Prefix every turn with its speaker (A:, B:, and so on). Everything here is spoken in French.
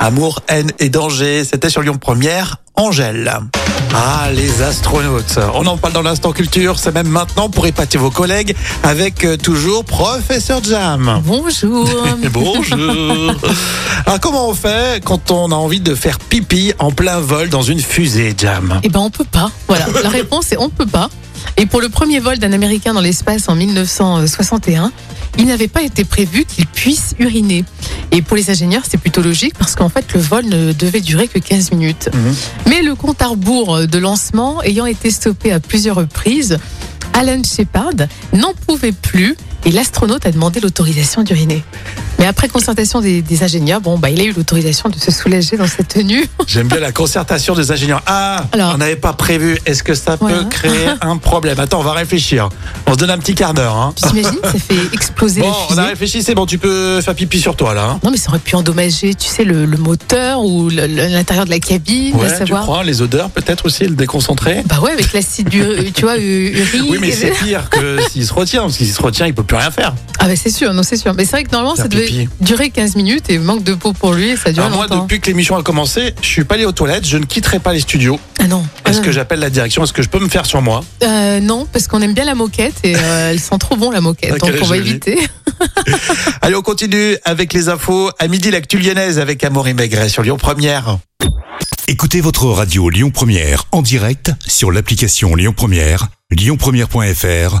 A: Amour, haine et danger, c'était sur Lyon Première, Angèle. Ah, les astronautes. On en parle dans l'instant culture, c'est même maintenant pour épater vos collègues avec euh, toujours Professeur Jam.
B: Bonjour.
A: Et Bonjour. Alors comment on fait quand on a envie de faire pipi en plein vol dans une fusée, Jam
B: Eh ben on peut pas. Voilà, la réponse est on peut pas. Et pour le premier vol d'un Américain dans l'espace en 1961, il n'avait pas été prévu qu'il puisse uriner. Et pour les ingénieurs, c'est plutôt logique parce qu'en fait, le vol ne devait durer que 15 minutes.
A: Mhm.
B: Mais le compte à rebours de lancement ayant été stoppé à plusieurs reprises, Alan Shepard n'en pouvait plus et l'astronaute a demandé l'autorisation d'uriner. Mais après concertation des, des ingénieurs, bon, bah, il a eu l'autorisation de se soulager dans cette tenue.
A: J'aime bien la concertation des ingénieurs. Ah,
B: Alors.
A: on n'avait pas prévu. Est-ce que ça peut
B: Voilà.
A: créer un problème Attends, on va réfléchir. On se donne un petit quart d'heure. hein.
B: Tu t'imagines, ça fait exploser
A: Bon,
B: la
A: on
B: fusée.
A: a réfléchi, c'est bon, tu peux faire pipi sur toi là. hein.
B: Non, mais ça aurait pu endommager, tu sais, le, le moteur ou le- le- l'intérieur de la cabine, à
A: Ouais, tu
B: savoir.
A: crois, les odeurs peut-être aussi, le déconcentré
B: Bah ouais, avec l'acide, du- euh, tu vois, u- urique.
A: Oui, mais
B: et-
A: c'est pire que s'il se retient, parce qu'il se retient, il peut plus rien faire.
B: Ah bah c'est sûr, non, c'est sûr. Mais c'est vrai que normalement,
A: Faire
B: ça devait
A: pipi.
B: durer 15 minutes et manque de peau pour lui, ça dure
A: Alors moi,
B: longtemps.
A: depuis que l'émission a commencé, je suis pas allé aux toilettes, je ne quitterai pas les studios.
B: Ah non.
A: Est-ce
B: Ah
A: que j'appelle la direction Est-ce que je peux me faire sur moi
B: non. Euh, non, parce qu'on aime bien la moquette et euh, elle sent trop bon la moquette,
A: Ah,
B: donc
A: quelle
B: on va
A: jolie.
B: éviter.
A: Allez, on continue avec les infos. À midi, l'actu lyonnaise avec Amaury Maigret sur Lyon Première.
C: Écoutez votre radio Lyon Première en direct sur l'application Lyon Première, lyonpremière.fr